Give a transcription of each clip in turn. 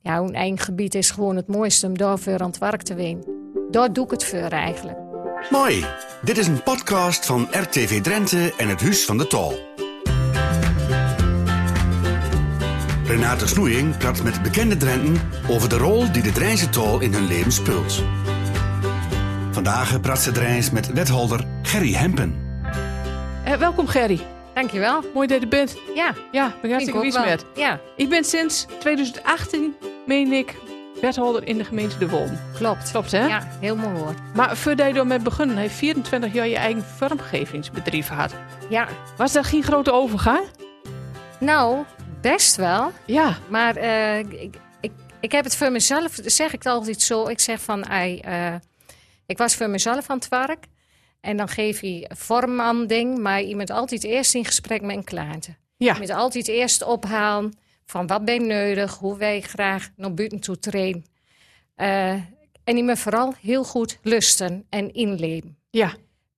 Ja, hun eigen gebied is gewoon het mooiste om daar voor aan het werk te winnen. Daar doe ik het voor eigenlijk. Mooi. Dit is een podcast van RTV Drenthe en het Huis van de Tal. Renate Snoeing praat met bekende Drenten over de rol die de Drijnse Tal in hun leven speelt. Vandaag praat ze Drijns met wethouder Gerry Hempen. Eh, welkom Gerry. Dankjewel. Mooi dat je er bent. Ja, Ja, ik ben hartstikke ook wies wel. met. Ja, Ik ben sinds 2018, meen ik, wethouder in de gemeente De Wolm. klopt. Klopt hè? Ja, heel mooi hoor. Maar voordat je ermee begonnen, heb je 24 jaar je eigen vormgevingsbedrijf gehad. Ja, Was daar geen grote overgang? nou, best wel. Ja. Maar eh, ik, ik, ik heb het voor mezelf, zeg ik het altijd zo. Ik zeg van, ei, eh, ik was voor mezelf aan het werk. En dan geef je vorm aan een ding, maar je bent altijd eerst in gesprek met een klant. Ja. Je moet altijd eerst ophalen van wat ben je nodig, hoe wij graag naar buiten toe trainen. Eh, en die me vooral heel goed lusten en inleven. Ja.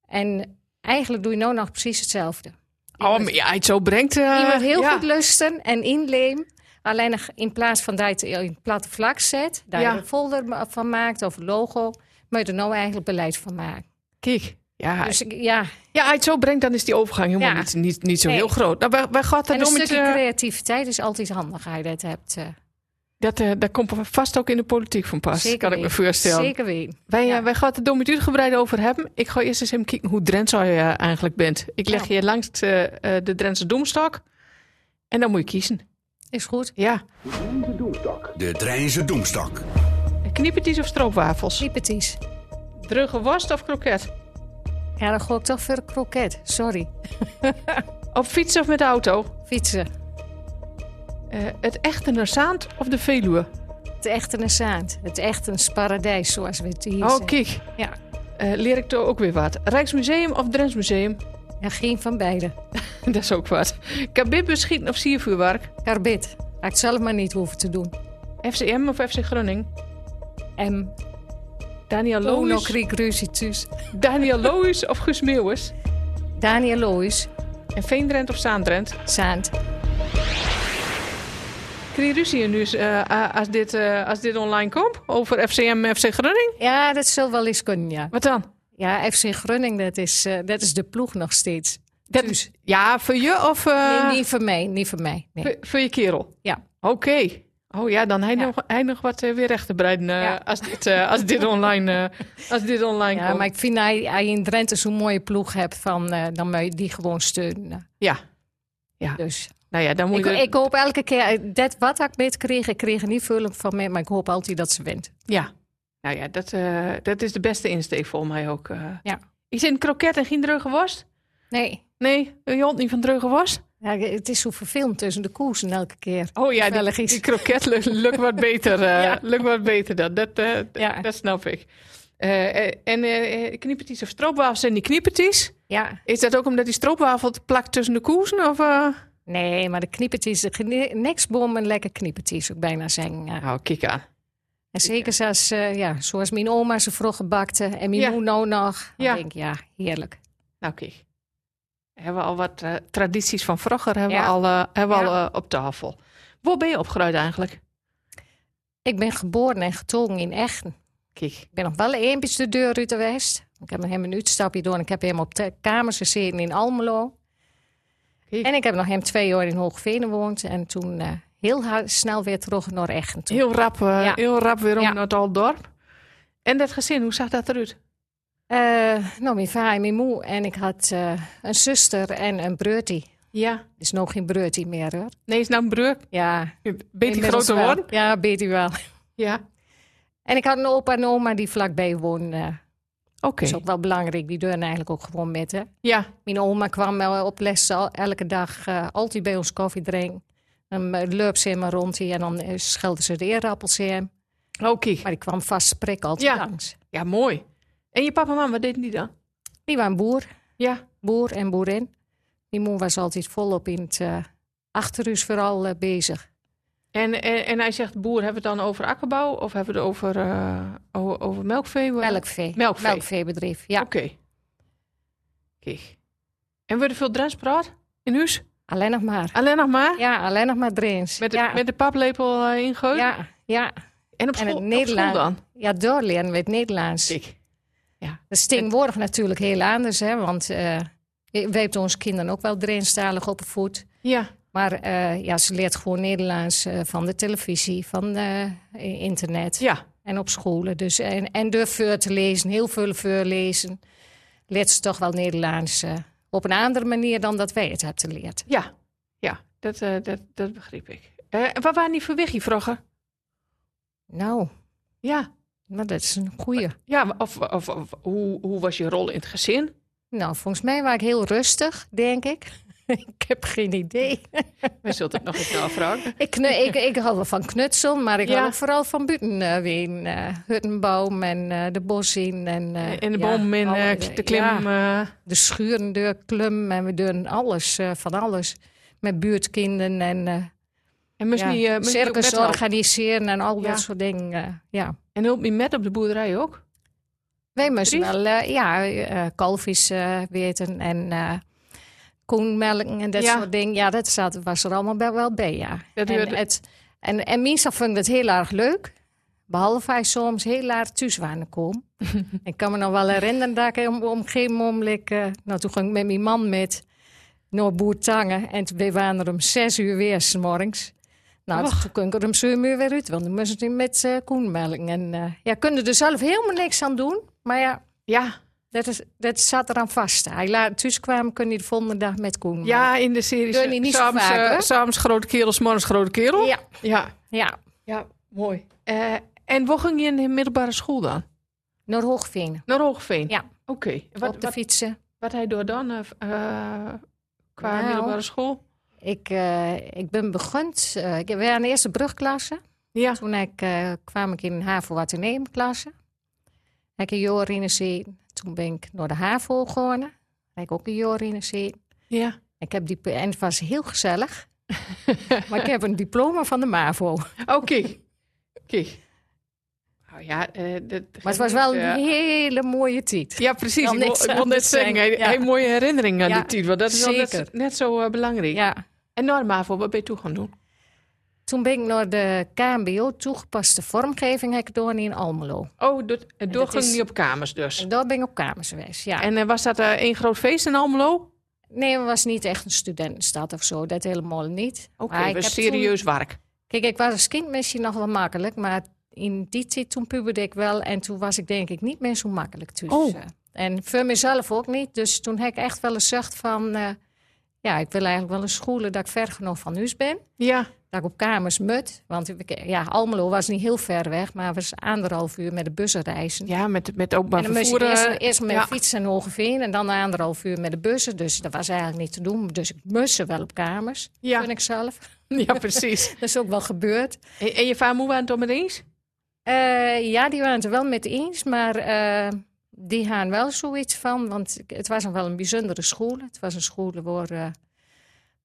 En eigenlijk doe je nou nog precies hetzelfde. Oh, maar ja, het zo brengt... eh, Je mag heel ja. goed lusten en inleem. Alleen nog in plaats van dat je het in platte vlak zet, daar Ja. je een folder ma- van maakt of een logo, moet je er nou eigenlijk beleid van maken. Kijk. Ja, Dus ik- ja, ja, als je het zo brengt, dan is die overgang helemaal Ja. niet, niet, niet zo Nee. heel groot. Nou, waar, waar gaat dat en een om? met, stukje eh, creativiteit is altijd handig als je dat hebt. eh, dat, eh, dat komt vast ook in de politiek van pas, zeker kan ik me weten. voorstellen. Zeker weten. Wij, Ja. eh, wij gaan het er door met u uitgebreid over hebben. Ik ga eerst eens even kijken hoe Drentse je eh, eigenlijk bent. Ik leg Ja. je langs eh, eh, de Drentse Doemstok. En dan moet je kiezen. Is goed. Ja. De Drijnse Doemstak. Knippertjes Eh, of stroopwafels? Liepeties. Drugge worst of kroket? Ja, dan gooi ik toch voor kroket. Sorry. Op fiets of met de auto? Fietsen. Eh, het echte Narsaand of de Veluwe? Het echte een zaand. Het echte een paradijs, zoals we het hier Oh, zeggen. kijk. Ja. Eh, leer ik toch ook weer wat. Rijksmuseum of Drents Museum? ja, geen van beide. Dat is ook wat. Kabib beschieten of siervuurwerk? Karbit. Had ik zelf maar niet hoeven te doen. FCM of FC Groningen? En Daniel Lono Loos, kriek ruzie thuis. Daniel Loos of Guus Meeuwis? Daniel Loos, En Veendrent of Zaandrent? Zaand. Krijg je ruzie nu eens, eh, a- als, dit, eh, als dit online komt? Over FCM en FC Groningen? Ja, dat zal wel eens kunnen, ja. Wat dan? Ja, FC Groningen, dat is, eh, dat is de ploeg nog steeds. Dat Thuis. Ja, voor je of eh, nee, niet voor mij, niet voor mij. Nee. voor, voor je kerel? Ja. Oké. Oh ja, dan hij, Ja. Nog, hij nog wat eh, weer recht te breiden eh, Ja. als, dit, eh, als dit online, eh, als dit online Ja, komt. maar ik vind dat je- als je in Drenthe zo'n mooie ploeg hebt, van, eh, dan moet je die gewoon steunen. Ja. Dus Nou ja, dan moet ik, je... ik hoop elke keer, eh, dat wat ik met kreeg, ik kreeg er niet veel van mee, maar ik hoop altijd dat ze wint. Ja. Nou ja, dat, eh, dat is de beste insteek voor mij ook. eh. Ja. Is een kroket en geen druge worst? Nee, Nee, wil je hond niet van druge worst? ja, het is zo vervelend tussen de koersen elke keer. Oh ja, die, Vellig is. die kroket lu- lukt wat beter. eh Ja. Lukt wat beter dan. Dat, eh, d- Ja. dat snap ik. Eh, eh, en eh knippertjes of stroopwafels en die knippertjes. Ja, Is dat ook omdat die stroopwafel het plakt tussen de koersen? Of, eh? nee, maar de kniepertjes, de knie- neksbom en lekker kniepertjes, ook bijna zeggen. ja. Nou, kijk aan. En zeker zoals, eh, ja, zoals mijn oma ze vroeger bakte en mijn Ja. moeder nou nog. Dan Ja. denk ik, ja, heerlijk. Nou, kijk. Hebben we al wat eh, tradities van vroeger hebben Ja. we al, eh, hebben we Ja. al eh, op tafel. Waar ben je opgegroeid eigenlijk? Ik ben geboren en getogen in Echten. Kijk. Ik ben nog wel eventjes de deur uit de West. Ik heb nog hem een uitstapje door en ik heb hem op de kamers gezeten in Almelo. Kijk. En ik heb nog hem twee jaar in Hoogveen gewoond. En toen eh, heel ha- snel weer terug naar Echten. toe. Heel rap, eh, Ja. heel rap weer om Ja. naar het oude dorp. En dat gezin, hoe zag dat eruit? Eh, nou, mijn vader en mijn moe. En ik had eh, een zuster en een breurtie. Ja. Is nog geen breurtie meer hoor. Nee, is nou een broer. Ja, Beetje inmiddels groter wel. worden. Ja, weet u wel. Ja. En ik had een opa en oma die vlakbij woonden. Dat Oké. is ook wel belangrijk, die deuren eigenlijk ook gewoon met. Hè? Ja. Mijn oma kwam wel op les al- elke dag eh, altijd bij ons koffie drinken. Dan eh, leup ze hem rond hier en dan eh, schelden ze de eerappels in hem. Oké. Maar die kwam vast sprek altijd Ja. langs. Ja, mooi. En je papa en mama, wat deden die dan? Die waren boer, Ja. boer en boerin. Die moe was altijd volop in het eh, achterhuis vooral eh, bezig. En, en, en hij zegt boer, hebben we het dan over akkerbouw of hebben we het over, eh, o- over melkvee? Melkvee. Melkvee. Melkveebedrijf, ja. Oké. Kijk. En wordt er veel Drents praat in huis? Alleen nog maar. Alleen nog maar? Ja, alleen nog maar drains. Ah. Met, de, ja. met de paplepel eh ingegooid? ja, Ja, En op En het school, op school Nederlands. dan? ja doorleren we het Nederlands. Ik. Dat is tegenwoordig natuurlijk heel anders, hè, want eh, wij hebben onze kinderen ook wel Drentstalig opgevoed. Ja, Maar eh, ja, ze leert gewoon Nederlands eh, van de televisie, van eh, internet ja. en op scholen. Dus, en, en durf veel te lezen, heel veel voorlezen. Leert ze toch wel Nederlands eh, op een andere manier dan dat wij het hebben geleerd. Ja, ja dat, eh, dat, dat begreep ik. Eh, en wat waren die verwichting vroeger? Nou, Ja, nou, dat is een goeie. ja maar of, of, of hoe, hoe was je rol in het gezin? Nou, volgens mij was ik heel rustig, denk ik. ik heb geen idee. We zullen het nog even afvragen. Ik, knu- ik, ik hou wel van knutsel, maar ik Ja. hou ook vooral van buiten eh ween. eh huttenboom en eh, de bos in. En, eh, in de ja, boom, in eh, alle- de ja, klim. eh, de schuren, de klum en we doen alles, eh, van alles. Met buurtkinderen en eh en moest ja, niet, eh, moest niet ook circus met op- organiseren en al Ja. dat soort dingen. eh, ja. En hulp me met op de boerderij ook? Wij moesten Precies. wel eh, ja, eh, kalfjes eh, weten en eh koenmelken en dat Ja. soort dingen. Ja, dat zat, was er allemaal bij, wel bij, ja. Dat en, duurde- het, en, en meestal vond ik het heel erg leuk. Behalve hij soms heel erg thuis waren komen. ik kan me nog wel herinneren dat ik om, om een gegeven moment... eh, nou, toen ging ik met mijn man met naar Boertangen. En toen we waren er om zes uur weer 's morgens. Nou, Och. toen kon ik er om zeven uur weer uit. Want dan moest ik met eh koenmelken. En eh, ja, kun je er zelf helemaal niks aan doen. Maar ja, Ja, dat, is, dat zat eraan vast. Hij laat thuis kwam, kun je de volgende dag met koen. ja in de serie. Doe je niet zo S'avonds, vaak, eh, hoor. s'avonds grote kerel, 's morgens grote kerel. ja, Ja, ja. ja mooi. Eh, en waar ging je in de middelbare school dan? Naar Hoogveen. Naar Hoogveen? Ja. Oké. En Wat, op de wat, fietsen. wat hij door dan eh, eh, qua Nou. middelbare school? Ik, eh, ik ben begonnen. eh, ik was aan de eerste brugklasse. Ja. Toen ik, eh, kwam ik in een havo klasse. Heb ik een jaar in de zee. Toen ben ik naar de HAVO gegaan. Heb ik ook een jaar in de zee. Ja. Ik heb die, en het was heel gezellig. maar ik heb een diploma van de MAVO. Oké. Oké. Nou ja, eh, dat Maar het geeft was wel niks, een eh, hele mooie tijd. ja, precies. kan Ik wil, niks ik wil net anders zeggen, zeggen, hij- ja. hij heeft mooie herinneringen aan Ja, die tijd. Want dat is wel net, zo- zeker. net zo eh, belangrijk. Ja. En nou, MAVO, wat ben je toe gaan doen? Toen ben ik naar de KMBO toegepaste vormgeving heb ik door in Almelo. Oh, dat, en door dat eh, ging is- niet op kamers dus. En daar ben ik op kamerswijs, ja. En eh, was dat eh één groot feest in Almelo? Nee, het was niet echt een studentenstad of zo, dat helemaal niet. Oké, Maar ik was heb serieus werk. toen- kijk, ik was als kind misschien nog wel makkelijk, maar in die tijd toen puberde ik wel en toen was ik denk ik niet meer zo makkelijk tussen. Oh. En voor mezelf ook niet, dus toen heb ik echt wel eens gezegd van... eh, ja, ik wil eigenlijk wel eens schoelen dat ik ver genoeg van huis ben. Ja, Dat ik op kamers mut, want ik- ja, Almelo was niet heel ver weg, maar het was anderhalf uur met de bussen reizen. ja met, met En openbaar dan moest vervoer. ik eerst, eh, eerst met ja. fietsen naar Hogeveen en dan anderhalf uur met de bussen. Dus dat was eigenlijk niet te doen. Dus ik moest ze wel op kamers, Ja. vind ik zelf. ja, precies. Dat is ook wel gebeurd. en, en je vader moe aan het om het eens? Eh, ja, die waren het er wel mee eens, maar eh, die gaan wel zoiets van. Want ik- het was nog wel een bijzondere school. Het was een school waar eh,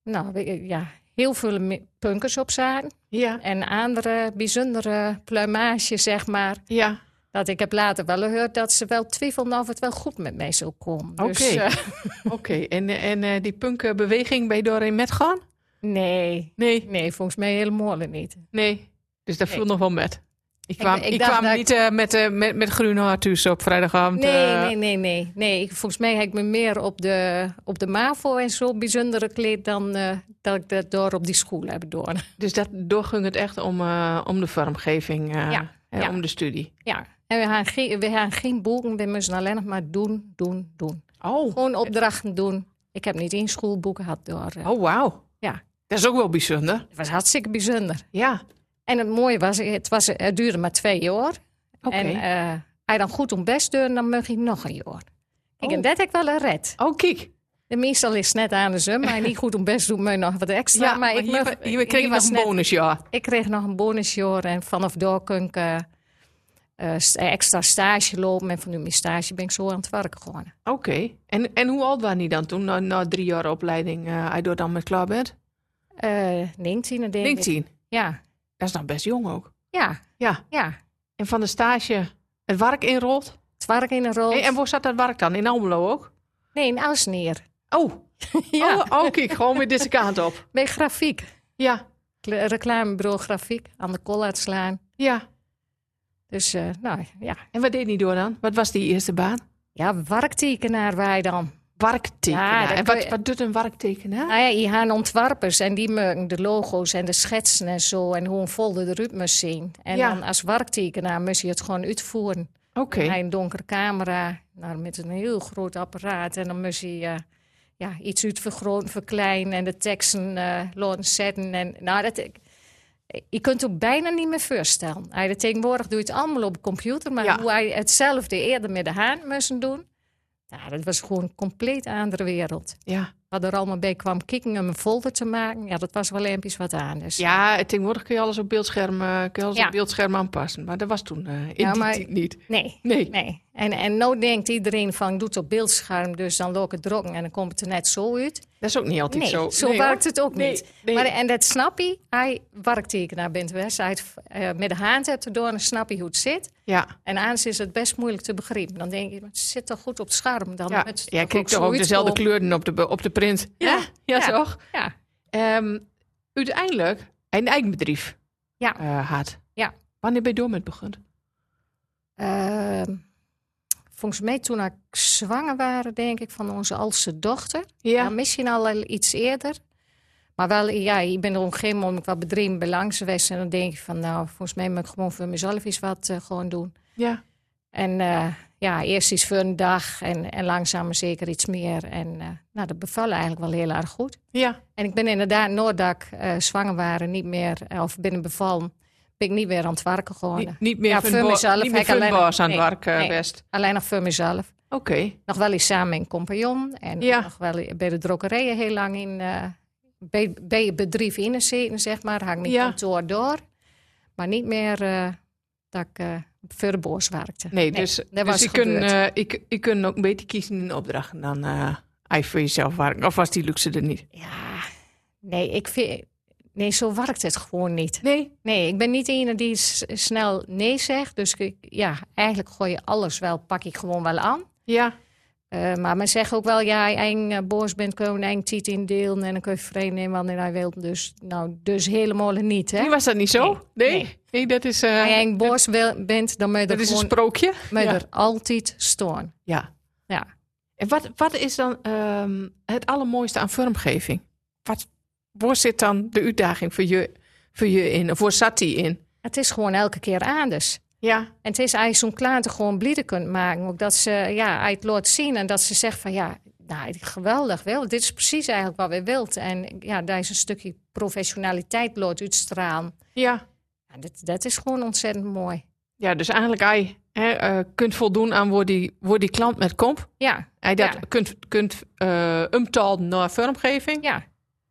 nou, we- eh, ja, heel veel me- punkers op zaten. Ja, En andere bijzondere pluimage, zeg maar. ja. Dat ik heb later wel gehoord dat ze wel twijfelden of het wel goed met mij zou komen. Dus, Oké. eh, Oké, en, eh, en eh, die punkbeweging, ben je doorheen met gaan? Nee, Nee. nee, volgens mij helemaal niet. Nee, dus dat viel Nee. nog wel met. Ik kwam, ik ik dacht kwam dat ik- niet eh, met, eh met, met groen haar thuis op vrijdagavond. Nee, eh, nee, nee, nee. nee. Ik, volgens mij heb ik me meer op de, op de MAVO en zo bijzondere kleed dan eh, dat ik dat door op die school heb door. Dus dat, door ging het echt om, eh, om de vormgeving, eh, Ja, en ja. om de studie. Ja. En we gaan, geen, we gaan geen boeken, we moesten alleen nog maar doen, doen, doen. Oh, Gewoon opdrachten doen. Ik heb niet één schoolboek gehad door. eh. oh wauw. Ja. Dat is ook wel bijzonder. Het was hartstikke bijzonder. Ja, En het mooie was, het, was, het duurde maar twee jaar. oké. En eh hij dan goed om best deed, dan mag hij nog een jaar. Kijk, Oh. en dat heb ik wel een red. Oh, kijk. De meestal is het net aan de zon, maar niet goed om best doen me nog wat extra. Ja, maar ik, hier, mag- hier kreeg je hier nog was een net- bonus, ja. ik kreeg nog een bonusjaar en vanaf daar kon ik eh, eh, st- extra stage lopen. En van nu mijn stage ben ik zo aan het werk geworden. Oké. En, en hoe oud waren die dan toen, na, na drie jaar opleiding, eh hij door dan met klaar bent? Eh 19 denk ik. 19. Ja, Dat is nog best jong ook. ja, Ja. ja. En van de stage het werk inrolt. Het werk in een rol. En, en waar zat dat werk dan? In Almelo ook? Nee, in Alsneer. Oh, ja, oh, oh, kijk, gewoon weer deze kant op. bij grafiek. Ja, Kle- Reclamebureau grafiek aan de Kollaartslaan. Ja. Dus eh, nou ja. En wat deed hij door dan? Wat was die eerste baan? Ja, warktekenaar wij dan. Ja, Warktekenaar. dan en kun wat, je- wat doet een warktekenaar? Nou ja, hier gaan ontwerpers en die maken de logo's en de schetsen en zo. En hoe een folder eruit moet zien. En Ja. dan als warktekenaar moest je het gewoon uitvoeren. Oké. Hij een donkere camera, nou, met een heel groot apparaat. En dan moest hij eh, ja, iets uitvergroten, verkleinen en de teksten eh laten zetten. En, nou, dat, ik- je kunt het ook bijna niet meer voorstellen. Hij, de tegenwoordig doe je het allemaal op de computer. Maar Ja. hoe hij hetzelfde eerder met de hand moest doen... Nou, dat was gewoon een compleet andere wereld. Ja. Wat er allemaal bij kwam kicken om een folder te maken... Ja, dat was wel even wat anders. ja, tegenwoordig kun je alles op beeldscherm, eh, kun je alles Ja. op beeldscherm aanpassen. Maar dat was toen eh, in Ja, die maar- tijd niet. Nee. Nee. Nee. En, en nou denkt iedereen van, ik doe het op beeldscherm, dus dan loop ik het drokken en dan komt het er net zo uit. Dat is ook niet altijd nee, zo. zo, Nee, werkt hoor. het ook Nee, niet. nee. Maar, eh, en dat snap je, hij werktekenaar bent best. Hij het, eh, met de hand hebt erdoor en dan snap je hoe het zit. Ja. En anders is het best moeilijk te begrijpen. Dan denk je, maar het zit toch goed op het scherm? Dan Ja, moet het jij kreeg toch ook zoiets dezelfde komen? kleuren op de, be- op de print. Ja. Hè? ja, Ja. toch? Ja, Ehm, uiteindelijk een eigen bedrijf Ja. eh, had. Ja. Wanneer ben je door met begonnen? Ehm, volgens mij toen ik zwanger waren, denk ik, van onze oudste dochter. Ja. Ja. Nou, misschien al iets eerder. Maar wel, ja, ik ben er op een gegeven moment wat bedreven belang geweest. En dan denk ik van, nou, volgens mij moet ik gewoon voor mezelf iets wat eh, gewoon doen. Ja. En eh, ja, eerst iets voor een dag en, en langzaam maar zeker iets meer. En eh, nou, dat beval eigenlijk wel heel erg goed. Ja. En ik ben inderdaad, nadat ik eh, zwanger waren, niet meer, eh, of binnen bevallen, ben ik niet meer aan het werken geworden. Niet, niet meer eh. Ja, van voor bo- mezelf. Niet meer Ik van alleen- baas aan het nee, werk, eh, nee. best. Alleen nog voor mezelf. Oké. Nog wel eens samen met een compagnon. En Ja. nog wel bij de drogerijen heel lang in, eh, bij, bij het bedrijf in een zitten, zeg maar. Hang mijn Ja. kantoor door. Maar niet meer eh, dat ik eh voor de boos werkte. Nee, dus, dat dus was je, kunt, gebeurd. eh, je, kun- je kunt ook beter kiezen in opdrachten dan eh hij voor jezelf werken. Of was die luxe er niet? Ja, nee, ik vind... Nee, zo werkt het gewoon niet. Nee. Nee, ik ben niet iemand die s- snel nee zegt. Dus ik, ja, eigenlijk gooi je alles wel, pak ik gewoon wel aan. Ja. Eh, maar men zegt ook wel, ja, eng eh, boos bent, kun je eng tiet in deel en dan kun je vreemd nemen wanneer hij wil. Dus, nou, dus helemaal niet, hè? Nee, was dat niet zo? Nee. Nee, Nee. dat is, eh, Als je eng boos wil- bent, dan moet je dat er, is een gewoon, sprookje. moet je Ja. er altijd storen. Ja. Ja. En wat, wat is dan ehm, het allermooiste aan vormgeving? Wat, waar zit dan de uitdaging voor je, voor je in? Of waar zat die in? Het is gewoon elke keer anders. Ja. En het is eigenlijk zo'n klaante gewoon blieden kunt maken. Ook dat ze, ja, hij het laat zien en dat ze zegt van, ja, nou, geweldig wel. Dit is precies eigenlijk wat we wilt. En ja, daar is een stukje professionaliteit laat uitstralen. Ja. Ja, dat, dat is gewoon ontzettend mooi. Ja, dus eigenlijk hij hè, eh, kunt voldoen aan waar die, waar die klant met komt. Ja, Hij dat Ja. kunt, kunt eh omtalen naar vormgeving. ja.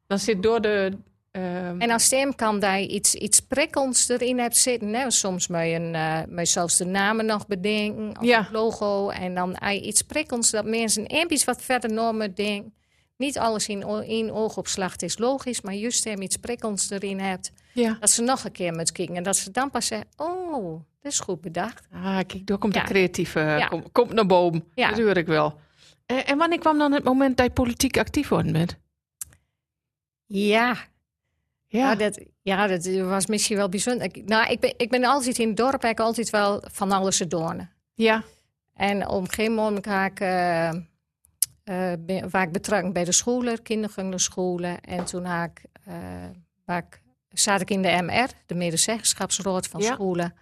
Dan zit door de... ehm, En als stem kan daar iets, iets prikkelends erin hebt zitten. Hè? Soms moet je, een, eh, moet je zelfs de namen nog bedenken. Of Ja. het logo. En dan ai- iets prikkelends dat mensen en iets wat verder normen denken. Niet alles in o- één oogopslag het is logisch. Maar juist hem iets prikkelends erin hebt. ja. Dat ze nog een keer moeten kijken. En dat ze dan pas zeggen, oh, dat is goed bedacht. Ah, kijk, daar komt Ja. de creatieve... Ja. Kom, komt naar boven. Ja. Dat hoor ik wel. Eh, en wanneer kwam dan het moment dat je politiek actief worden bent? Ja, Ja. ja. dat, ja dat was misschien wel bijzonder. Ik- nou, ik ben, ik ben altijd in het dorp eigenlijk altijd wel van alles te doornen. ja. En op een gegeven moment ga ik, eh, eh, ben- waar ik betrokken bij de scholen, kindergangenscholen. En toen had ik, eh, waar ik, zat ik in de MR, de medezeggenschapsraad van Ja. scholen.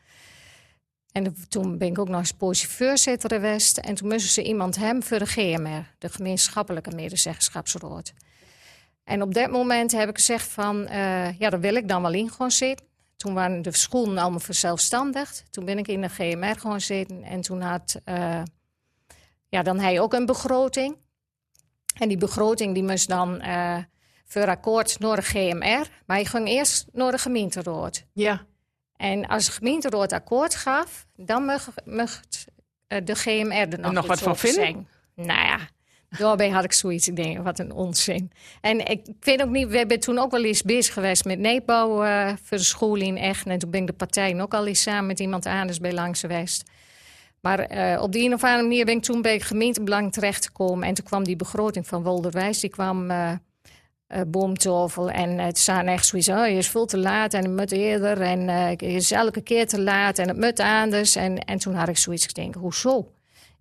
En de- toen ben ik ook nog eens positievoorzitter geweest. En toen moesten ze iemand hem voor de GMR, de gemeenschappelijke medezeggenschapsraad. En op dat moment heb ik gezegd van, eh, ja, daar wil ik dan wel in gaan zitten. Toen waren de scholen allemaal verzelfstandigd. Toen ben ik in de GMR gewoon zitten. En toen had eh, ja, dan hij ook een begroting. En die begroting die moest dan eh voor akkoord naar de GMR. Maar hij ging eerst naar de gemeenteraad. Ja. En als de gemeenteraad akkoord gaf, dan mocht, mocht eh, de GMR er nog, nog iets wat van over vinden? zeggen. Nou ja, daarbij had ik zoiets. Ik denk, wat een onzin. En ik weet ook niet, we hebben toen ook wel eens bezig geweest met neepbouw eh, voor de school in Echt. En toen ben ik de partij ook al eens samen met iemand anders bij langs geweest. Maar eh, op de een of andere manier ben ik toen bij gemeentebelang terechtgekomen. En toen kwam die begroting van Wolderwijs, die kwam eh, eh boomtafel. En eh, het staan echt zoiets, oh, je is veel te laat en het moet eerder. En eh, je is elke keer te laat en het moet anders. En, en toen had ik zoiets, ik denk, hoezo?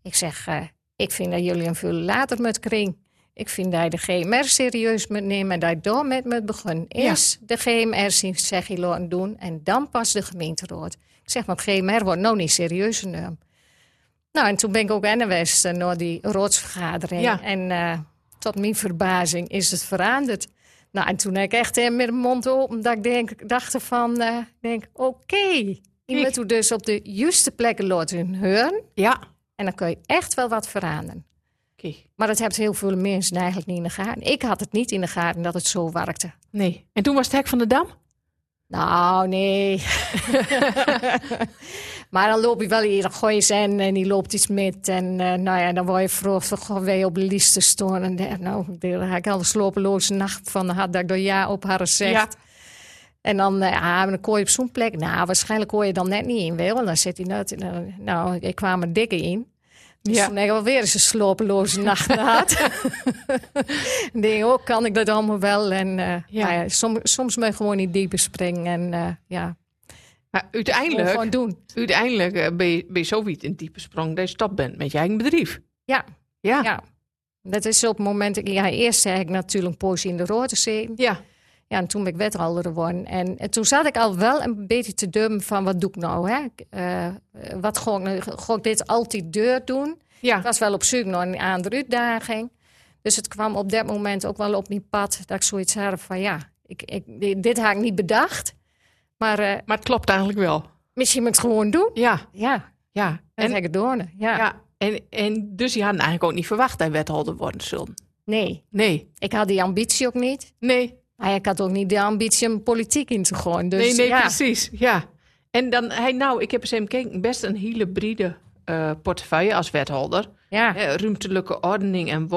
Ik zeg, eh, ik vind dat jullie een veel later moeten kring. Ik vind dat je de GMR serieus moet nemen en dat je daar met moet beginnen. Eerst de GMR zien, zeg je laten doen en dan pas de gemeenteraad. Ik zeg, maar GMR wordt nou niet serieus genomen. Nou, en toen ben ik ook aan de West eh, naar die roodsvergadering. Ja. En eh, tot mijn verbazing is het veranderd. Nou, en toen heb ik echt eh, met mijn mond open dat ik denk, dacht van, eh, ik denk, oké. Je Ik- moet het dus op de juiste plekken laten horen. Ja. En dan kun je echt wel wat veranderen. Oké. Maar dat hebben heel veel mensen eigenlijk niet in de gaten. Ik had het niet in de gaten dat het zo werkte. Nee. En toen was het hek van de dam? Nou, nee. maar dan loop je wel hier, dan gooi je ze in en die loopt iets met. En eh, nou ja, dan word je vroeg van, goh, wij op de lijst staan. En eh, nou, daar ga ik al een slopeloze nacht van had dat ik door ja op haar gezegd. En dan, eh, ah, maar dan kon je op zo'n plek. Nou, waarschijnlijk hoor je dan net niet in, wil. Dan zit hij net. in, eh, Nou, ik kwam er dikke in. Dus Ja. toen heb ik alweer eens een slopeloze nacht gehad. Ik denk, oh, kan ik dat allemaal wel? En eh, Ja. nou ja, som- soms moet je gewoon niet dieper springen. En eh, ja, Maar gewoon, uiteindelijk, gewoon doen. uiteindelijk eh, ben, je, ben je zo wiet in diepe sprong dat je stap bent met je eigen bedrijf. Ja. Ja. Ja. Ja. Dat is op het moment... Ja, eerst heb ik natuurlijk een poosje in de rode zee. Ja, en toen ben ik wethouder geworden. En, en toen zat ik al wel een beetje te dummen van wat doe ik nou? Hè? Ik, eh, eh, wat ga ik, nou- ga ik dit altijd deur doen? Ik Ja. was wel op zoek naar een andere uitdaging. Dus het kwam op dat moment ook wel op mijn pad dat ik zoiets had van ja, ik, ik, dit, dit had ik niet bedacht. Maar eh, Maar het klopt eigenlijk wel. misschien moet ik het gewoon doen. Ja. Ja, Ja. en En, heb ik het door. Ja. ja. En, en dus je had eigenlijk ook niet verwacht dat je wethouder worden zullen. nee, Nee. ik had die ambitie ook niet. Nee. Maar ik had ook niet de ambitie om politiek in te gooien. Dus nee, nee, ja, precies. Ja. En dan, hij, nou, ik heb eens even gekeken, best een hybride eh portefeuille als wethouder. ja, Hè, ruimtelijke ordening en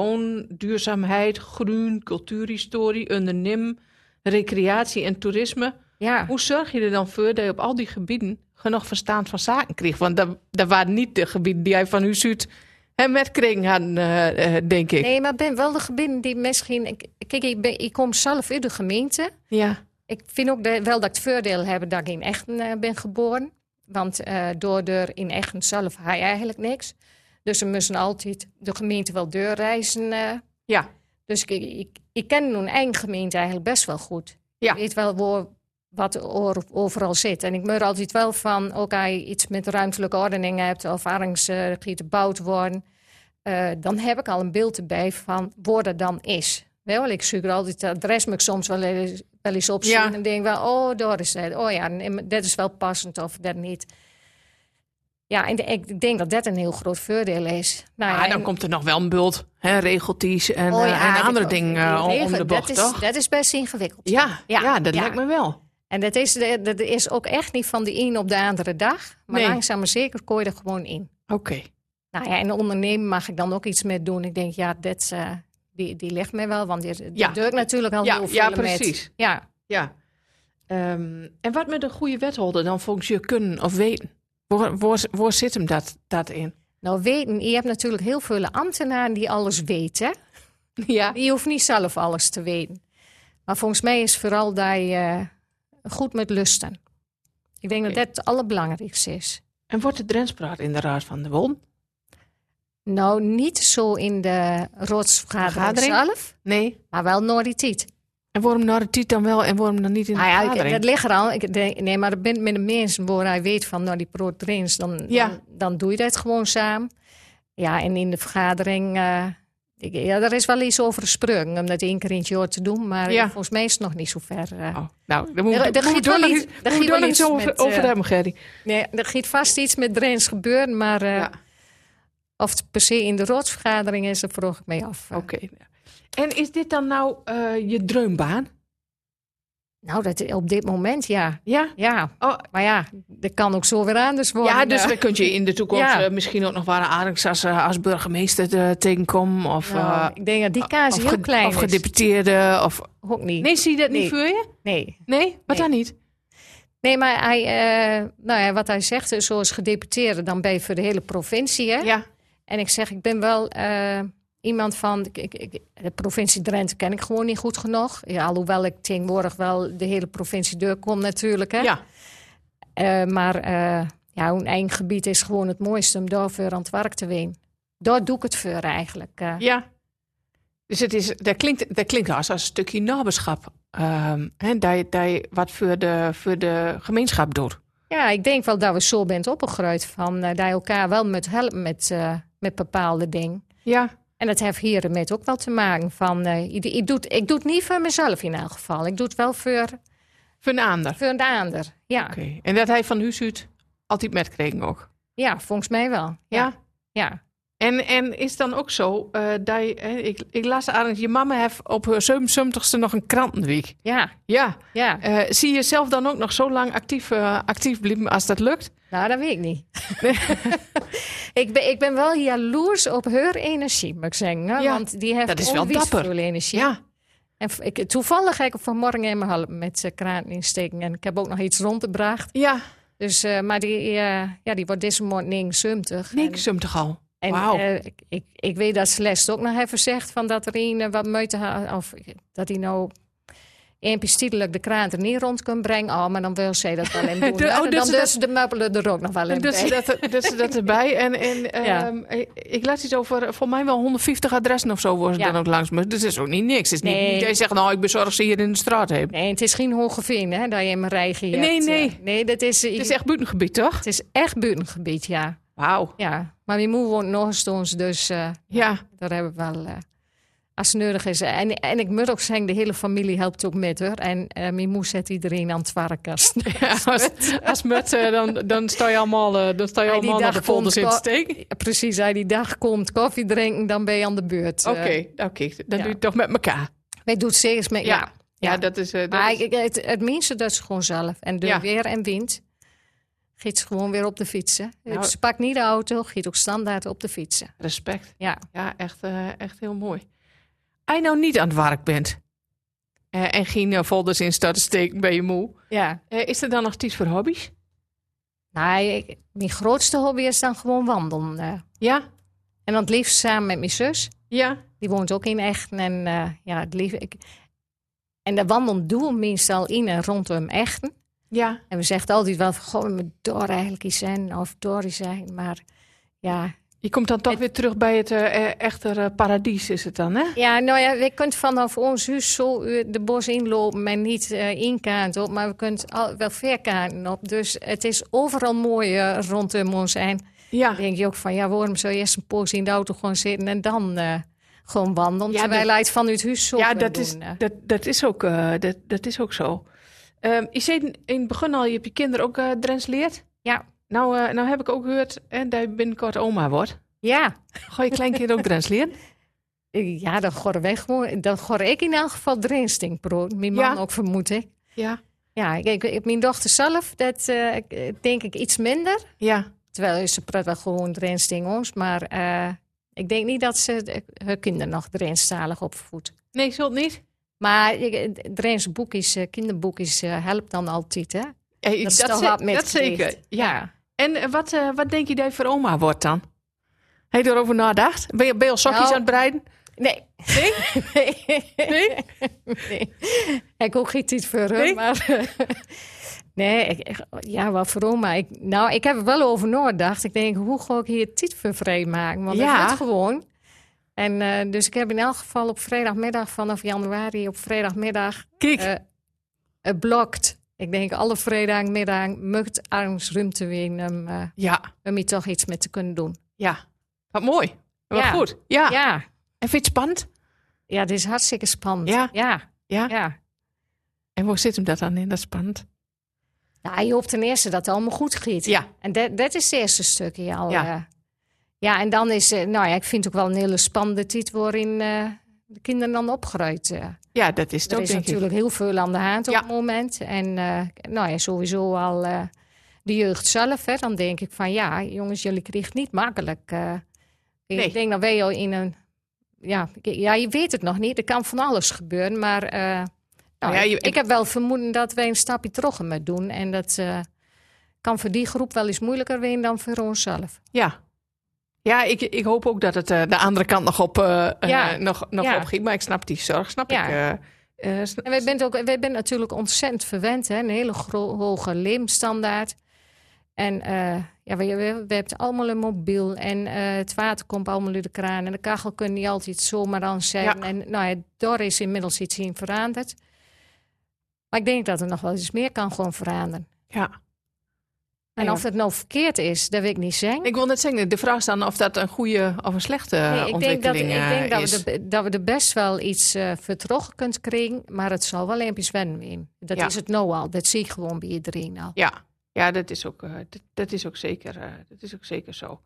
woonduurzaamheid, groen, cultuurhistorie, ondernim, recreatie en toerisme. ja. Hoe zorg je er dan voor dat je op al die gebieden genoeg verstand van zaken kreeg? Want dat, dat waren niet de gebieden die hij van u zuid en met kring had, eh, eh, denk ik. Nee, maar ben wel de gebieden die misschien. ik- Kijk, ik, ben, ik kom zelf uit de gemeente. Ja, Ik vind ook de- wel dat ik het voordeel heb dat ik in Echten eh, ben geboren. Want eh, door er in Echten zelf had je eigenlijk niks. Dus ze moesten altijd de gemeente wel deurreizen. eh. ja, Dus ik, ik, ik ken mijn eigen gemeente eigenlijk best wel goed. Ja. Ik weet wel waar, wat er oor- overal zit. En ik merk altijd wel van, ook als je iets met ruimtelijke ordening hebt... of ergens eh, gaat gebouwd worden... eh, dan heb ik al een beeld erbij van waar dat dan is. Wel, ik zoek er altijd het adres, maar ik soms wel eens, wel eens op Ja. en denk wel, oh, daar is dat. Oh ja, en dat is wel passend of dat niet. Ja, en de- ik denk dat dat een heel groot voordeel is. Nou, Ah, ja, dan en- komt er nog wel een bult, hè, regeltjes en, Oh eh, ja, en dat- andere oh, dingen die eh, om- om regel, de bocht, dat is, toch? Dat is best ingewikkeld. Ja, ja, Ja, dat ja. lijkt me wel. En dat is, de- dat is ook echt niet van de een op de andere dag. Maar Nee. langzaam maar zeker kooi je er gewoon in. Oké. Nou ja, en ondernemen mag ik dan ook iets mee doen. Ik denk, ja, dat, eh, die, die ligt mij wel. Want die, die Ja. doe ik natuurlijk al Ja, heel veel ja, met. precies. Ja, Ja. Ehm, en wat met een goede wethouder dan volgens je kunnen of weten? Waar, waar, waar zit hem dat, dat in? nou weten, je hebt natuurlijk heel veel ambtenaren die alles weten. Ja. Je hoeft niet zelf alles te weten. Maar volgens mij is vooral dat je eh, goed met lusten. Ik denk Oké. dat dat het allerbelangrijkste is. En wordt de Drenspraat in de Raad van de Won? Nou, niet zo in de rotsvergadering Vergadering? zelf, Nee. maar wel naar die tijd. En waarom naar het tiet dan wel en waarom dan niet in de Nou ja, ik- vergadering? dat ligt er al. Ik denk, nee, maar dat bent met de mensen waar hij weet van, nou, die pro-trains, dan, Ja. dan, dan doe je dat gewoon samen. Ja, en in de vergadering, eh, ik, ja, daar is wel iets over gesproken om dat één keer in het jaar te doen, maar Ja. volgens mij is het nog niet zo ver. eh. Oh, nou, dan moeten Er- er we giet door wel nog iets- er iets- moeten giet we door wel nog iets iets over, met, over eh, hebben, Gerry. Nee, er gaat vast iets met Drents gebeuren, maar eh, Ja. of het per se in de rotsvergadering is, daar vroeg ik mij af. Oké. En is dit dan nou eh, je dreumbaan? Nou, dat, op dit moment, ja. Ja. Ja, Oh, Maar ja, dat kan ook zo weer anders worden. ja, dus Eh, dan kun je in de toekomst Ja. eh, misschien ook nog waar Arends als, eh, als burgemeester eh, tegenkomen. Of, nou, eh, ik denk dat die kaas of heel ge- klein Of is. gedeputeerde. Of... Ook niet. Nee. Nee, zie je dat niet Nee. voor je? nee. Nee? Wat Nee. dan niet? maar hij, eh, nou ja, wat hij zegt, eh, zoals gedeputeerde, dan ben je voor de hele provincie. Hè? Ja. En ik zeg, ik ben wel eh, iemand van ik- ik- ik- de provincie Drenthe ken ik gewoon niet goed genoeg. Ja, alhoewel ik tegenwoordig wel de hele provincie doorkom natuurlijk. Hè. Ja, Eh, maar eh, ja, hun eigen gebied is gewoon het mooiste om daar voor aan het werk te ween. Daar doe ik het voor eigenlijk. eh. ja. Dus het is, dat klinkt, dat klinkt nou als een stukje naberschap. Ehm hè, dat, je, dat je wat voor de, voor de gemeenschap doet. Ja, ik denk wel dat we zo bent opgegroeid van eh dat je elkaar wel moet helpen met, eh, met bepaalde dingen. Ja, En dat heeft hier met ook wel te maken van, eh, ik, ik, doe, het- ik doe het niet voor mezelf in elk geval. Ik doe het wel voor, voor een ander. voor een ander. Ja, Oké. En dat hij van huis uit altijd met kregen ook. ja, volgens mij wel. Ja. ja. En, en is dan ook zo, eh, dat je, hè, ik, ik las aan, je mama heeft op haar 77ste nog een krantenweek. ja. Ja. ja. Eh, zie je jezelf dan ook nog zo lang actief, eh, actief blijven als dat lukt? Nou, dat weet ik niet. ik, ben, ik ben wel jaloers op haar energie, moet ik zeggen. hè, Ja, want die heeft dat is wel onwijs dapper. veel energie. En v- ik, toevallig heb ik hem vanmorgen in mijn hal- met eh, kraan insteken. En ik heb ook nog iets rondgebracht. Ja. Dus, eh, maar die, eh, ja, die wordt deze maand 79. Nee, ik hem toch al. En Wauw. eh, ik, ik, ik weet dat Celeste ook nog even zegt van dat er een eh, wat moeite ha- of dat hij nou impistiedelijk de kraan er niet rond kan brengen. Oh, maar dan wil zij dat wel in doen. De- hè. oh, En dus dan ze wil dat- ze de meubelen er ook nog wel in Dus brengen. dat, er- dus dat erbij. En, en Ja. ehm, ik, ik las iets over, eh, voor mij wel 150 adressen of zo worden ze Ja. dan ook langs. Maar dus dat is ook niet niks. Het is Nee. niet, niet dat je zegt, nou, ik bezorg ze hier in de straat. Heen. Nee, het is geen Hogeveen hè, dat je hem rijgen hebt. Nee, nee. Eh, Nee, dat is, Het is echt buitengebied, toch? het is echt buitengebied, ja. Wauw. ja. Maar mijn moeder woont nog eens door ons, dus eh, Ja. daar hebben we wel... eh als het nodig is. En, en ik moet ook zeggen, de hele familie helpt ook met hoor. En eh mijn moeder zet iedereen aan het werk als- Ja, als, als met, eh, dan, dan sta je allemaal, eh, dan sta je Hij die allemaal nog dag de folders in komt te ko- steken. Ja, Precies, hij die dag komt koffie drinken, dan ben je aan de beurt. Oké, Eh, oké. Dan ja. doe je het toch met elkaar. wij doen het serieus mee. Ja. Ja. Ja, Ja. dat is... eh, dat Maar is- ik- ik- het, het minste dat is gewoon zelf. En door Ja. weer en wind. Giet ze gewoon weer op de fietsen. Nou- Ze pakt niet de auto, giet ook standaard op de fietsen. Respect. Ja. Ja, echt, eh, echt heel mooi. Als je nou niet aan het werk bent eh, en geen eh, folders in staat te steken bij je moe, ja. eh, is er dan nog iets voor hobby's? Nee, Nou, ik- mijn grootste hobby is dan gewoon wandelen. eh. Ja, En dan het liefst samen met mijn zus. ja, Die woont ook in Echten. En, eh, ja, het liefst, ik, en de wandelen doen we meestal in en rondom Echten. ja. En we zeggen altijd wel van, goh, we moeten door eigenlijk iets zijn of door iets zijn. Maar ja. Je komt dan toch weer terug bij het eh, eh, echte eh, paradies, is het dan, hè? ja, nou ja, we kunt vanaf ons huis zo eh, de bos inlopen en niet eh één kaart op. Maar we kunt al, wel ver kaarten op. Dus het is overal mooi eh, rondom ons. En Ja. dan denk je ook van, ja, waarom zou je eerst een poos in de auto gewoon zitten en dan... eh, gewoon wandelen, Ja, terwijl dat- hij het vanuit huis zo Ja, kunt dat doen, is, eh. dat, dat, is ook, eh, dat, dat is ook zo. Ehm, je zei in- in het begin al, je hebt je kinderen ook eh Drents leerd. Ja. Nou, eh, nou heb ik ook gehoord eh, dat je binnenkort oma wordt. Ja, Ga je kleinkind ook Drents leren? Eh, ja, dan goor wij gewoon, dan goor ik in elk geval drinstingproot. Mijn man Ja. ook vermoed ik. Ja. Ja, ik, ik- ik- mijn dochter zelf, dat eh, ik- eh, denk ik iets minder. Ja. Terwijl ze praat wel gewoon Drents tegen ons. Maar eh, ik denk niet dat ze de- haar kinderen nog Drentstalig opvoedt. Nee, zult niet? Maar ik- eh, Drents boekjes, eh, kinderboekjes, eh, helpt dan altijd, hè? Eh, Dat is toch ze- wat met dat zeker. gericht. Ja. En eh, wat, eh, wat denk je dat je voor oma wordt dan? Heb je erover nagedacht? Ben je, ben je al sokjes Nou. aan het breiden? Nee. Nee? Nee? Nee. Ik ook geen tijd voor, hoor, Nee? maar... eh, Nee, ik, ja, wat voor oma. Ik, nou, ik heb er wel over nagedacht. Ik denk, hoe ga ik hier tijd voor vrijmaken? Want Ja. dat gaat gewoon. En, eh, dus ik heb in elk geval op vrijdagmiddag vanaf januari... op vrijdagmiddag Kijk, eh eh, blokt. Ik denk, alle vrijdagmiddag moet armsruimte weer... om eh, ja. om hier toch iets mee te kunnen doen. Ja. Wat mooi. Wat Ja. goed. Ja. Ja, En vind je het spannend? ja, dit is hartstikke spannend. Ja. ja. Ja. ja. En hoe zit hem dat dan in, dat spannend? Ja, Nou, je hoopt ten eerste dat het allemaal goed gaat. Ja. En dat, dat is het eerste stukje al. Ja. Ja. eh, ja, en dan is... eh, Nou ja, ik vind het ook wel een hele spannende titel waarin eh, de kinderen dan opgeruid. eh. Ja, dat is het Er ook, is denk ik. natuurlijk heel veel aan de hand op Ja. het moment. En eh, nou ja, sowieso al eh, de jeugd zelf. Hè, dan denk ik van ja, jongens, jullie kregen het niet makkelijk. eh. ik Nee. denk dat wij al in een... Ja, ik- ja, je weet het nog niet. Er kan van alles gebeuren. Maar eh, nou, Ja, je- ik, ik heb wel vermoeden dat wij een stapje terug moeten doen. En dat eh, kan voor die groep wel eens moeilijker zijn dan voor onszelf. Ja. Ja, ik, ik hoop ook dat het eh, de andere kant nog op eh, Ja. eh, nog, nog Ja. opgiet. Maar ik snap die zorg, snap Ja. ik. eh, eh, sna- En wij bent, ook, wij bent natuurlijk ontzettend verwend. Hè? Een hele gro- hoge leemstandaard. En eh, ja, we, we, we hebben allemaal een mobiel. En eh, het water komt allemaal uit de kraan. En de kachel kunnen niet altijd zomaar aan zijn. Ja. En nou, ja, daar is inmiddels iets in veranderd. Maar ik denk dat er nog wel eens meer kan gewoon veranderen. ja. En Ja. of het nou verkeerd is, dat wil ik niet zeggen. Ik wil net zeggen, de vraag is dan of dat een goede of een slechte Nee, eh, ik denk dat, ik ontwikkeling eh, denk dat, is. we er, dat we er best wel iets eh vertrokken kunt krijgen, maar het zal wel even wennen in. Dat Ja. is het nou al, dat zie ik gewoon bij iedereen al. Ja, ja dat, is ook, eh, dat, dat is ook zeker, eh, dat is ook zeker zo.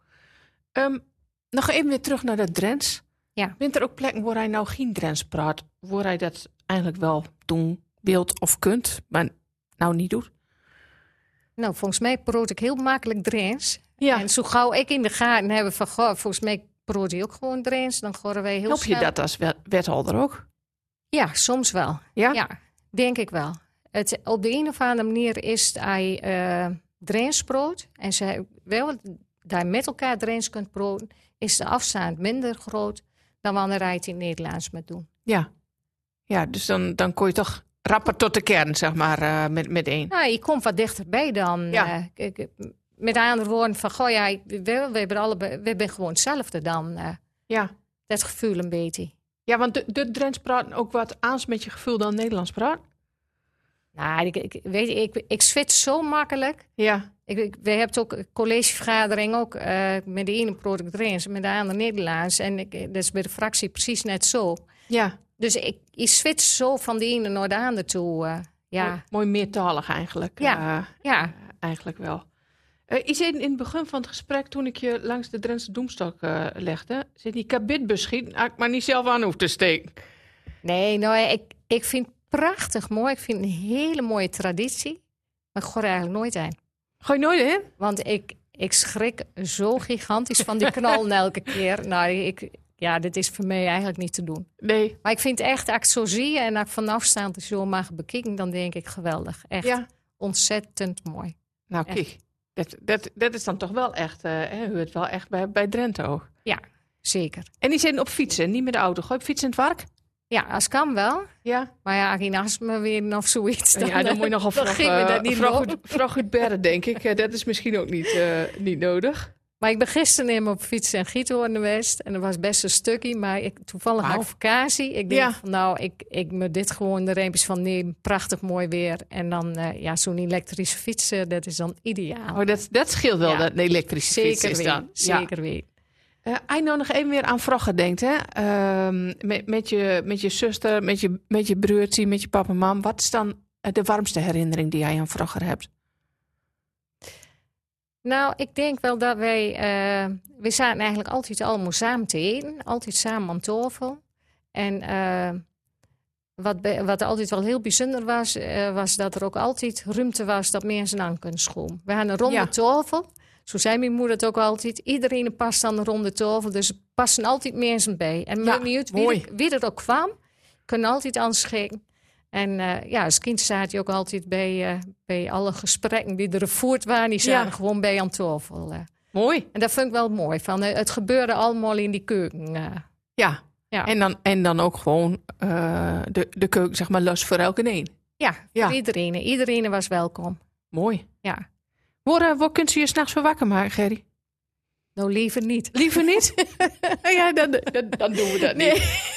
Ehm, nog even weer terug naar dat Drents. Ja. Bent er ook plekken waar hij nou geen Drents praat? Waar hij dat eigenlijk wel doen wilt of kunt, maar nou niet doet? Nou, volgens mij proot ik heel makkelijk drains. Ja, En zo gauw ik in de gaten hebben van, goh, volgens mij proot hij ook gewoon drains, dan horen wij heel help je snel. dat als wet- wethouder ook? Ja, soms wel. Ja? Ja, denk ik wel. Het, op de een of andere manier is hij eh drains proot en ze wel daar met elkaar drains kunt prooten, is de afstand minder groot dan wanneer hij het in het Nederlands moet doen. Ja, ja dus dan, dan kon je toch rapper tot de kern, zeg maar, eh, met, met één. Nou, je komt wat dichterbij dan. Ja. eh, ik- ik- met andere woorden, van goh ja, ik- we, we, hebben, allebei, we hebben gewoon hetzelfde dan. eh, Ja. dat gevoel een beetje. ja, want de, de Drents praten ook wat aans met je gevoel dan Nederlands praat. Nou, ik, ik, weet, je, ik, ik switch zo makkelijk. Ja, Ik, ik, we hebben het ook een collegevergadering ook eh, met de ene product Drents en met de andere Nederlands. En ik, eh, dat is bij de fractie precies net zo. ja. Dus ik, ik switch zo van de ene naar de andere toe. eh, ja. Mooi, mooi meertalig eigenlijk. Ja. eh, ja, eigenlijk wel. Eh ik zei in het begin van het gesprek, toen ik je langs de Drentse Doemstok eh, legde, zit die kabit beschiet, ah, ik maar niet zelf aan hoef te steken. nee, nou, ik, ik vind het prachtig mooi. Ik vind het een hele mooie traditie. Maar ik gooi er eigenlijk nooit aan. Gooi nooit in? Want ik, ik schrik zo gigantisch van die knal elke keer. Nou, ik, ja, dit is voor mij eigenlijk niet te doen. Nee. Maar ik vind echt, als ik het zo zie en als ik vanaf staand zo mag bekijken, dan denk ik geweldig. Echt Ja. ontzettend mooi. Nou, Echt. kijk. Dat, dat, dat is dan toch wel echt, eh hè, hoort wel echt bij, bij Drenthe ook. Ja, zeker. En die zijn op fietsen, niet met de auto. Gooi op fietsen in het park? Ja, als kan wel. Ja. Maar ja, als je naast me weer of zoiets. Dan, ja, dan moet je nogal dan vroeg, ging me eh, dat niet vroeg door. uit- vroeg uit berden, denk ik. Eh, dat is misschien ook niet, eh, niet nodig. Maar ik ben gisteren in mijn fiets en Giethoorn geweest. En dat was best een stukje. Maar ik, toevallig Wauw. had ik vakantie. Ik denk Ja. van nou, ik, ik me dit gewoon de reempjes van neem. Prachtig mooi weer. En dan eh, ja, zo'n elektrische fiets, eh, dat is dan ideaal. Oh, dat, dat scheelt wel, Ja. dat de elektrische fiets zeker is weer. dan. Ja. Zeker weer. Eh als je nou nog even weer aan vragen denkt, hè? Ehm, met, met, je, met je zuster, met je, met je broertje, met je papa en mam. Wat is dan eh, de warmste herinnering die jij aan vragen hebt? Nou, ik denk wel dat wij... eh, we zaten eigenlijk altijd allemaal samen te eten. Altijd samen aan tafel. En eh, wat, bij- wat altijd wel heel bijzonder was... eh, was dat er ook altijd ruimte was dat mensen aan kunnen schoon. We hadden een ronde Ja. tafel. Zo zei mijn moeder het ook altijd. Iedereen past aan de ronde tafel. Dus er passen altijd mensen bij. En maakt niet uit wie, mooi. er- wie er ook kwam... kunnen altijd aanschikken. En eh, ja, als kind staat je ook altijd bij, eh, bij alle gesprekken die er gevoerd waren. Die zaten Ja. gewoon bij aan tafel. eh. Mooi. En dat vind ik wel mooi. Van, eh, het gebeurde allemaal in die keuken. eh. Ja. Ja. En, dan, en dan ook gewoon eh, de, de keuken, zeg maar, los voor elke een. ja, voor Ja. iedereen. eh, Iedereen was welkom. Mooi. Ja. Waar, eh, waar kunt ze je s'nachts voor wakker maken, Gerry? Nou, liever niet. Liever niet? ja, dan, dan, dan doen we dat niet.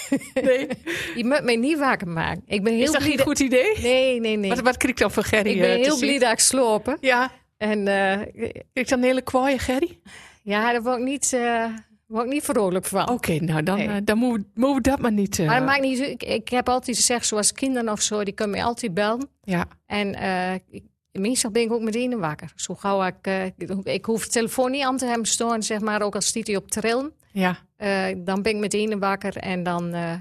Nee. Je moet mij niet wakker maken. Ik ben heel Is dat blij geen goed idee? dat- Nee, nee, nee. Wat, wat kreeg ik dan voor Gerry? ik ben eh, te heel zien? blij dat ik slopen. Ja, En eh, kreeg ik dan een hele kwaaie Gerry? ja, daar word ik niet, eh, word ik niet vrolijk van. Oké, nou dan, Nee. eh, dan moeten we- moeten we dat maar niet. eh, Maar dat maakt niet, uit. ik, ik heb altijd gezegd, zoals kinderen of zo, die kunnen mij altijd bellen. Ja, En eh, ik, meestal ben ik ook meteen wakker. Zo gauw ik, eh, ik, ik hoef de telefoon niet aan te hebben staan, zeg maar, ook als die die op trillen. ja. Eh, dan ben ik meteen wakker en dan, eh,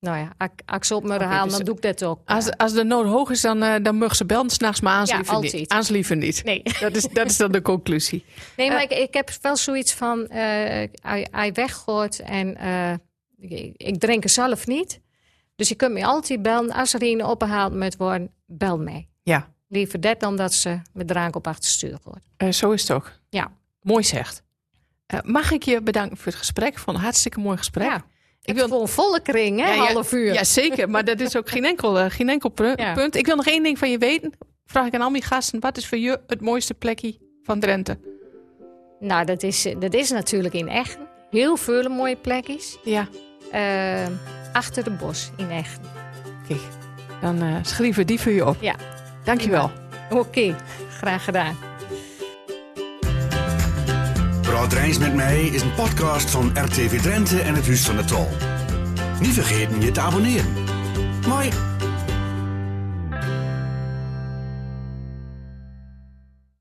nou ja, als ik- als ik ze op me Oké, haal, dus- dan doe ik dat ook. Als, als de nood hoog is, dan, eh, dan mag ze bellen s'nachts, maar Ja, aanslieven niet. altijd. Aanslieven niet. Nee, Dat is, dat is dan de conclusie. nee maar ik, ik heb wel zoiets van, eh, hij hij weggooit en eh, ik, ik drink er zelf niet. Dus je kunt me altijd bellen. Als er een opgehaald moet worden, bel mij. Ja, Liever dat dan dat ze met drank op achter stuur gooit. eh, zo is het ook. Ja. Mooi zegt. Eh, mag ik je bedanken voor het gesprek? Ik vond het een hartstikke mooi gesprek. Ja. Ik Ik wil- wil een volle kring, hè? Ja, ja, half uur. Ja, zeker. Maar dat is ook geen enkel, eh, geen enkel pru- Ja. punt. Ik wil nog één ding van je weten. Vraag ik aan al mijn gasten. Wat is voor je het mooiste plekje van Drenthe? Nou, dat is, dat is natuurlijk in Echten. Heel veel mooie plekjes. Ja, Eh, achter de bos in Echten. kijk. Dan eh, schrijven we die voor je op. Ja. Dankjewel. Oké, graag gedaan. Praat Drijns met mij is een podcast van RTV Drenthe en het Huis van de Tal. Niet vergeten je te abonneren. Mooi.